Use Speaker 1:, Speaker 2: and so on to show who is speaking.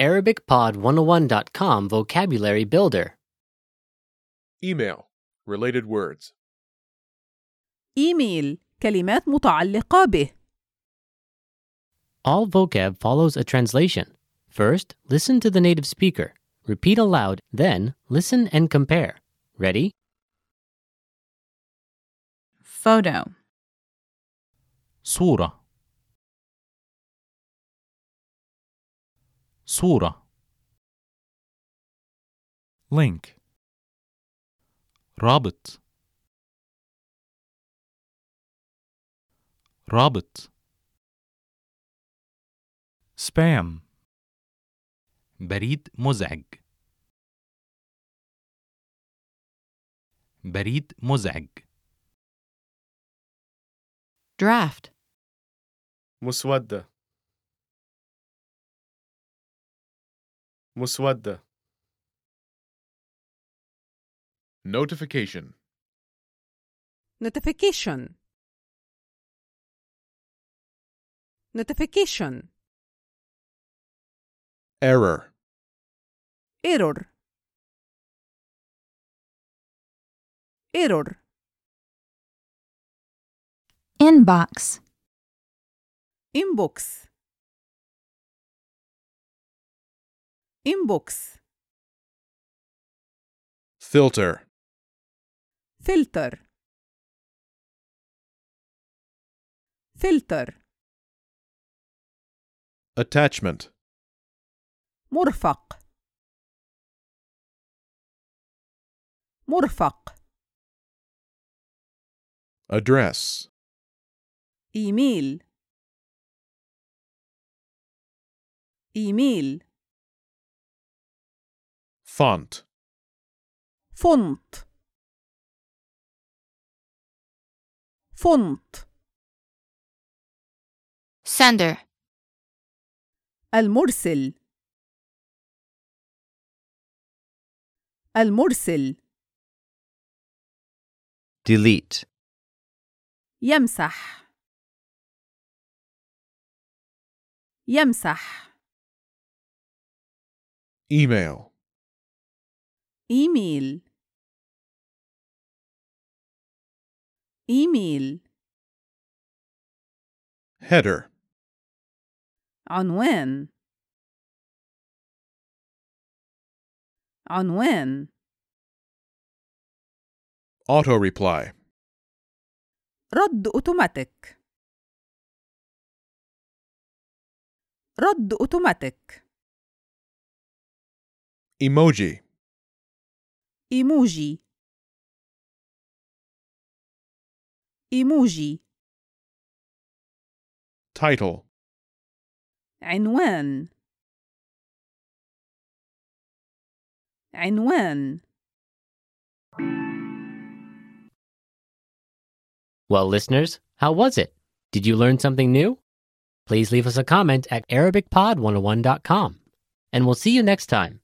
Speaker 1: ArabicPod101.com Vocabulary Builder.
Speaker 2: Email. Related words.
Speaker 3: إيميل كلمات متعلقة به
Speaker 1: All vocab follows a translation. First, listen to the native speaker. Repeat aloud, then, listen and compare. Ready?
Speaker 4: Photo.
Speaker 5: صورة صورة link رابط رابط spam بريد مزعج بريد مزعج
Speaker 4: Draft.
Speaker 2: مسودة. مسودة. Notification.
Speaker 3: notification notification
Speaker 2: Error.
Speaker 3: error error
Speaker 4: Inbox.
Speaker 3: inbox inbox
Speaker 2: Filter.
Speaker 3: filter filter
Speaker 2: Attachment.
Speaker 3: مرفق مرفق
Speaker 2: Address.
Speaker 3: إيميل إيميل
Speaker 2: Font.
Speaker 3: فونت فونت
Speaker 4: Sender.
Speaker 3: المرسل المرسل
Speaker 6: delete,
Speaker 3: يمسح يمسح
Speaker 2: Email.
Speaker 3: إيميل إيميل
Speaker 2: Header.
Speaker 3: عنوان عنوان
Speaker 2: Auto reply.
Speaker 3: رد اوتوماتيك رد اوتوماتيك
Speaker 2: Emoji.
Speaker 3: ايموجي ايموجي
Speaker 2: Title.
Speaker 3: عنوان عنوان
Speaker 1: Well, listeners, how was it? Did you learn something new? oh Please leave us a comment at ArabicPod101.com. And we'll see you next time.